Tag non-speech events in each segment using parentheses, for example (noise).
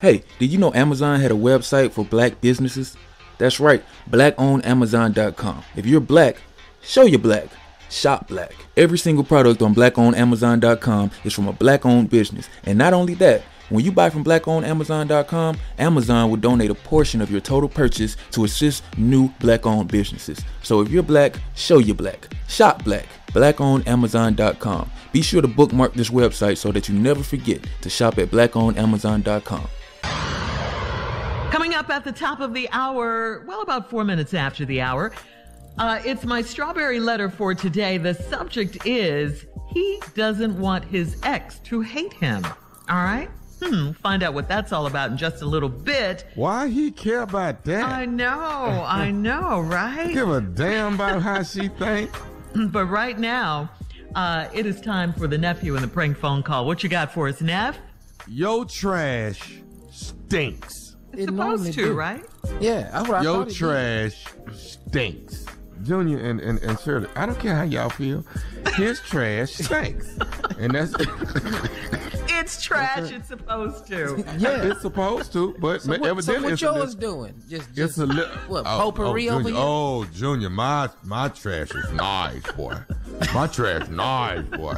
Hey, did you know Amazon had a website for black businesses? That's right, blackownedamazon.com. If you're black, show you're black. Shop black. Every single product on blackownedamazon.com is from a black owned business. And not only that, when you buy from blackownedamazon.com, Amazon will donate a portion of your total purchase to assist new black owned businesses. So if you're black, show you're black. Shop black. blackownedamazon.com. Be sure to bookmark this website so that you never forget to shop at blackownedamazon.com. Coming up at the top of the hour, well, about four minutes after the hour, uh, it's my strawberry letter for today. The subject is he doesn't want his ex to hate him. All right? Hmm, find out what that's all about in just a little bit. Why he care about that? I know, I know, right? Give a damn about how she think. but right now, uh, it is time for the nephew and the prank phone call. What you got for us, Neff? Yo trash stinks. It's It normally supposed to, do. right? Yeah, that's what I Yo thought it trash stinks. Junior and, and, and Shirley, I don't care how y'all feel. His trash stinks. And that's It's trash, it's supposed (laughs) to. did. Yeah. it's supposed to, but so what, so evidently what it's a yours little- doing? Just, It's just a little what, potpourri oh, over Junior, here? Oh, Junior, my my trash is nice, boy. My trash nice, boy.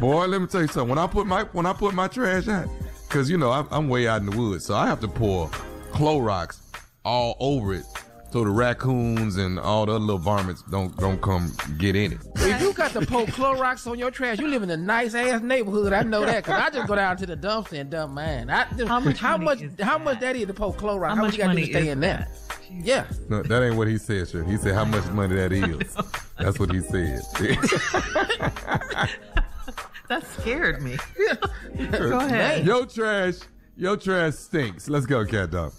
Boy, let me tell you something. When I put my when I put my trash out, cause you know I'm, I'm way out in the woods, so I have to pour Clorox all over it, so the raccoons and all the other little varmints don't don't come get in it. If you got to pour Clorox on your trash, you live in a nice ass neighborhood. I know that because I just go down to the dumpster and dump mine. I just, How much how money much, is how that? much that is to pour Clorox? How How, much much you got to money do to stay is in there? Yeah, No, that ain't what he said, sure. He said how much money that is. That's what he said. (laughs) That scared me. (laughs) Go ahead. Yo trash, yo trash stinks. Let's go, cat dog.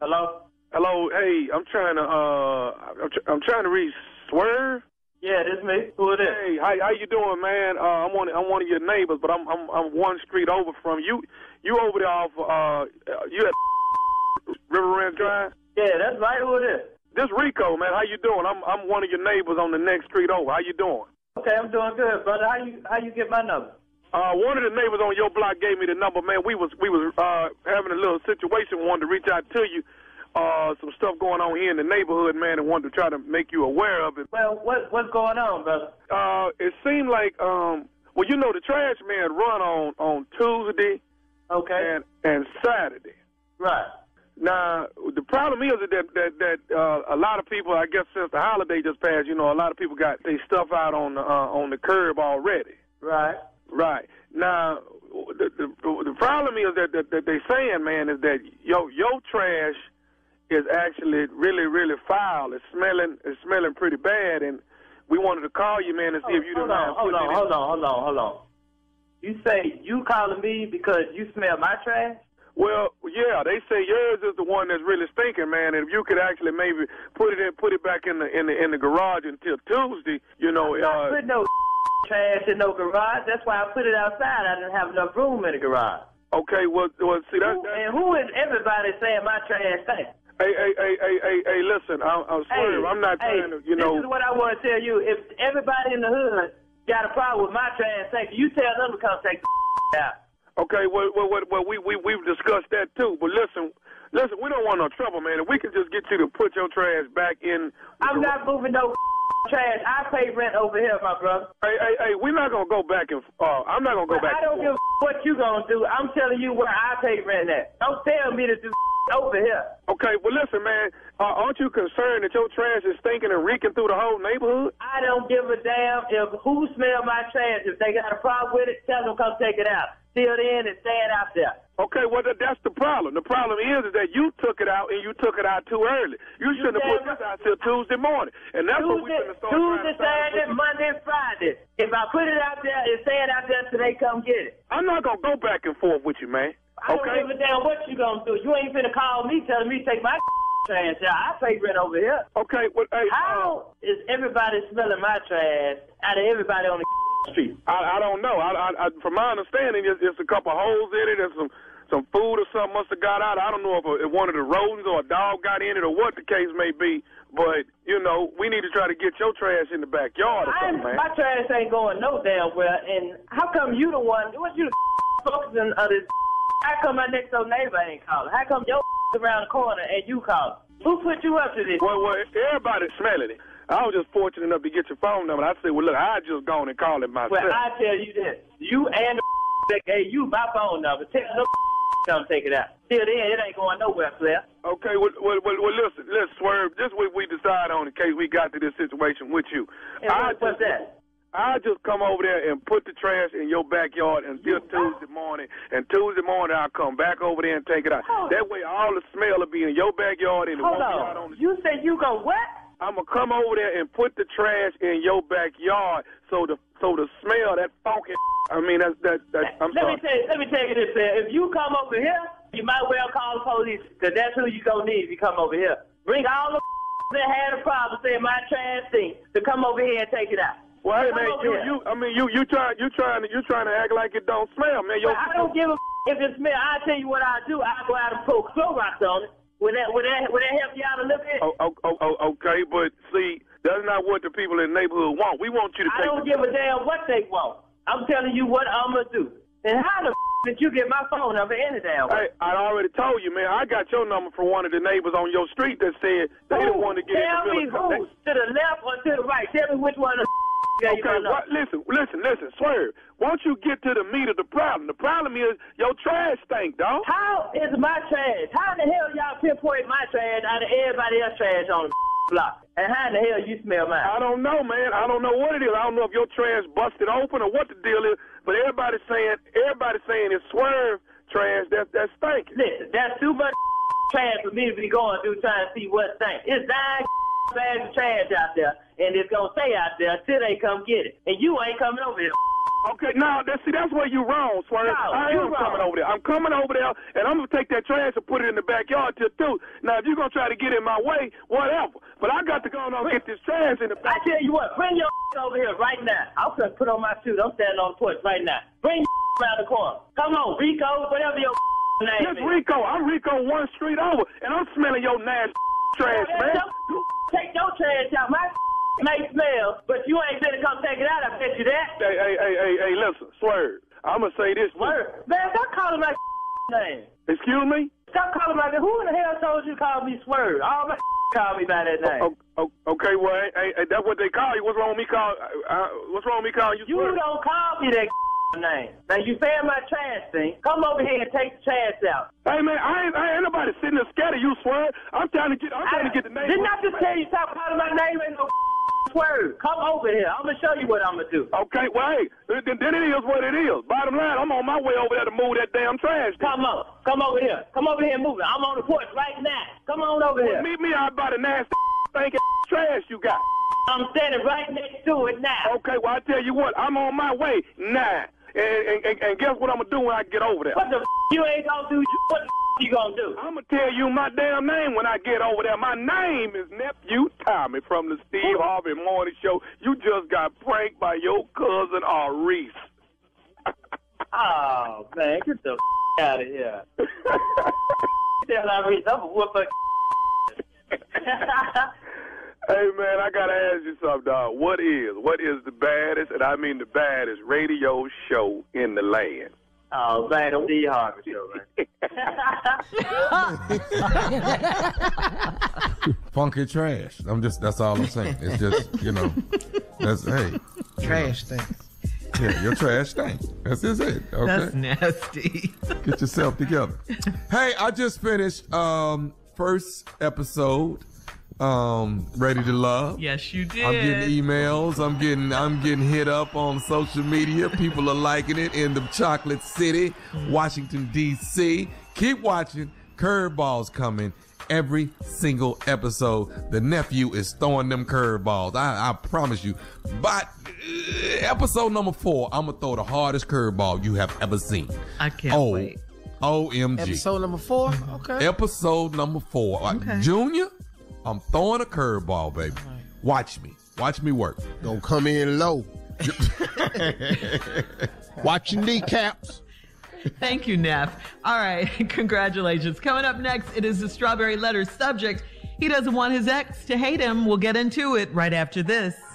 Hello. Hello. Hey, I'm trying to uh, I'm, tr- I'm trying to reach Swerve. Yeah, this me. Who it is? Hey, how how you doing, man? Uh, I'm one I'm one of your neighbors, but I'm I'm I'm one street over from you. You over there off uh, uh, you at River Ranch Drive? Yeah, that's right. Who it is? This Rico, man. How you doing? I'm I'm one of your neighbors on the next street over. How you doing? Okay, I'm doing good, brother. How you how you get my number? Uh, one of the neighbors on your block gave me the number, man. We was we was uh having a little situation, wanted to reach out to you. Uh, some stuff going on here in the neighborhood, man, and wanted to try to make you aware of it. Well, what what's going on, brother? uh, it seemed like um, well, you know, the trash man run on on Tuesday Okay. and and Saturday. Right. Now the problem is that that that uh, a lot of people, I guess, since the holiday just passed, you know, a lot of people got their stuff out on the uh, on the curb already. Right. Right now, the the, the problem is that, that that they saying, man, is that yo your trash is actually really really foul. It's smelling it's smelling pretty bad, and we wanted to call you, man, and see if you hold didn't mind on, hold putting on, it in- hold on, hold on, hold on. You say you calling me because you smell my trash? Well, yeah, they say yours is the one that's really stinking, man. And if you could actually maybe put it in, put it back in the in the in the garage until Tuesday, you know. I'm not Uh, putting no (laughs) trash in no garage. That's why I put it outside. I didn't have enough room in the garage. okay, well, well, see that. Who, that and who is everybody saying my trash thing? hey, hey, hey, hey, hey, hey, listen, I, I swear, I'm not hey, trying to, you know. This is what I want to tell you. If everybody in the hood got a problem with my trash tank, you tell them to come take the (laughs) out. Okay, well, well, well, well we, we, we've discussed that too. But listen, listen, we don't want no trouble, man. If we can just get you to put your trash back in. I'm not moving no (laughs) trash. I pay rent over here, my brother. Hey, hey, hey, we're not going to go back and. Uh, I'm not going to go back I don't and give a what you gonna do. I'm telling you where I pay rent at. Don't tell me to do (laughs) over here. Okay, well, listen, man, uh, aren't you concerned that your trash is stinking and reeking through the whole neighborhood? I don't give a damn if who smell my trash. If they got a problem with it, tell them come take it out. Till then, it's staying out there. Okay, well, that, that's the problem. The problem is, is that you took it out and you took it out too early. You shouldn't have put damn this out till Tuesday morning. And that's what we're going Tuesday, to start trying Tuesday, to Saturday, Monday, Friday. If I put it out there, it's staying out there till they come get it. I'm not going to go back and forth with you, man. I okay? don't give a damn what you gonna do. You ain't finna call me telling me to take my (laughs) trash out. I pay rent over here. Okay, well, hey, uh, How is everybody smelling my trash out of everybody on the (laughs) street? I, I don't know. I, I, I, from my understanding, it's, it's a couple holes in it and some some food or something must have got out. I don't know if, a, if one of the rodents or a dog got in it or what the case may be. But you know, we need to try to get your trash in the backyard or I, something, man. my trash ain't going no damn well. And how come you the one? What you the (laughs) focusing on this (laughs) How come my next door neighbor ain't calling? How come your (laughs) around the corner and you calling? Who put you up to this? Well, well, everybody's smelling it. I was just fortunate enough to get your phone number. I said, well, look, I just gone and called it myself. Well, I tell you this. You and the (laughs) that gave you my phone number. Tell them (laughs) come take it out. Till then, it ain't going nowhere, Flair. Okay, well, well, well, well listen, let's swerve. This week we decide on in case we got to this situation with you. And I what, what's just- that? I just come over there and put the trash in your backyard until Tuesday morning. And Tuesday morning I'll come back over there and take it out. Hold That way all the smell will be in your backyard and it Hold won't be out on on. the You said you go what? I'm gonna come over there and put the trash in your backyard so the so the smell that funky I mean that's that that I'm let sorry. me tell you. Let me tell you this, Flair. If you come over here, you might well call the police because that's who you gonna need if you come over here. Bring all the (laughs) that had a problem saying my trash thing to come over here and take it out. well hey Come man, over you here. you I mean you you trying you trying to you trying to act like it don't smell, man. Your, Well, I don't give a (laughs) if it's me. I tell you what I do. I go out and pour Clorox on it. Would that would that would that help you out a little bit? oh, oh, oh, oh, okay, but see, that's not what the people in the neighborhood want. We want you to I take don't give a damn what they want. I'm telling you what I'm gonna do. And how the did you get my phone number any damn Hey, way? I already told you, man. I got your number from one of the neighbors on your street that said they Who? didn't want to get in Tell the me middle. of- who to the left or to the right. Tell me which one of the gave you my Okay, number. what, listen, listen, listen, swerve. Won't you get to the meat of the problem? The problem is your trash stink, dog. How is my trash? How the hell y'all pinpoint my trash out of everybody else's trash on the block? And how in the hell you smell mine? I don't know, man. I don't know what it is. I don't know if your trash busted open or what the deal is. But everybody's saying, everybody's saying it's swerve trash that that's stinking. Listen, that's too much trash for me to be going through trying to see what thing. It's nine bags of trash out there, and it's gonna stay out there till they come get it. And you ain't coming over here. Okay, now that's see that's where you wrong, Swerve. No, I you am wrong. coming over there. I'm coming over there, and I'm gonna take that trash and put it in the backyard till two. Now if you're gonna try to get in my way, whatever. But I got to go and get this trash in the I back. tell you what, bring your (laughs) over here right now. I'm gonna put on my suit. I'm standing on the porch right now. Bring (laughs) your around the corner. Come on, Rico, whatever your (laughs) name This is. Rico, I'm Rico one street over, and I'm smelling your nasty (laughs) trash, man. Take your trash out. My (laughs) may smell, but you ain't gonna come take it out. I bet you that. Hey, hey, hey, hey, hey, listen, Swerve. I'm gonna say this. to you. Word. Man, stop calling my (laughs) name. Excuse me. Stop calling my name. Who in the hell told you to call me Swerve? All my (laughs) call me by that name. O- o- okay, well, hey, hey, hey, that's what they call you. What's wrong with me call? Uh, uh, what's wrong with me calling you? you Swerve? don't call me that (laughs) name. Now you saying my trash thing. Come over here and take the trash out. Hey man, I ain't, I ain't nobody sitting there scared of you, Swerve. I'm trying to get. I'm trying to get the name. Didn't I just tell you stop calling my name ain't no Swerve? Come over here. I'm gonna show you what I'm gonna do. Okay, well, hey, then, then it is what it is. Bottom line, I'm on my way over there to move that damn trash. can. Come on. Come over here. Come over here and move it. I'm on the porch right now. Come on over here. Meet me out by the nasty (laughs) stinking trash you got. I'm standing right next to it now. Okay, well, I tell you what, I'm on my way now. And, and, and, and guess what I'm going to do when I get over there? What the f- you ain't gonna do? What the f- you gonna do? I'm going to tell you my damn name when I get over there. My name is Nephew Tommy from the Steve Harvey Morning Show. You just got pranked by your cousin, (laughs) Reese. Oh man, get the f- out of here. (laughs) Tell Iris I'm a whoop (laughs) her. Hey man, I gotta ask you something, dog. What is what is the baddest, and I mean the baddest radio show in the land? (laughs) oh man, don't be hard show, man. Funky trash. I'm just. That's all I'm saying. It's just you know. That's hey. Trash thing. Yeah, your trash thing. That's just it. Okay. That's nasty. Get yourself together. hey, I just finished um first episode. Um, ready to love. yes, you did. I'm getting emails. I'm getting I'm getting hit up on social media. People are liking it in the Chocolate City, Washington D.C. Keep watching. Curveballs coming every single episode. The nephew is throwing them curveballs. I, I promise you. But uh, episode number four, I'm gonna throw the hardest curveball you have ever seen. I can't oh, wait. OMG. Episode number four. Mm-hmm. Okay. Episode number four. Like, Junior, I'm throwing a curveball, baby. Watch me. Watch me work. Gonna come in low. Watch your kneecaps. Thank you, Neff. All right, (laughs) congratulations. Coming up next, it is the strawberry letter subject. He doesn't want his ex to hate him. We'll get into it right after this.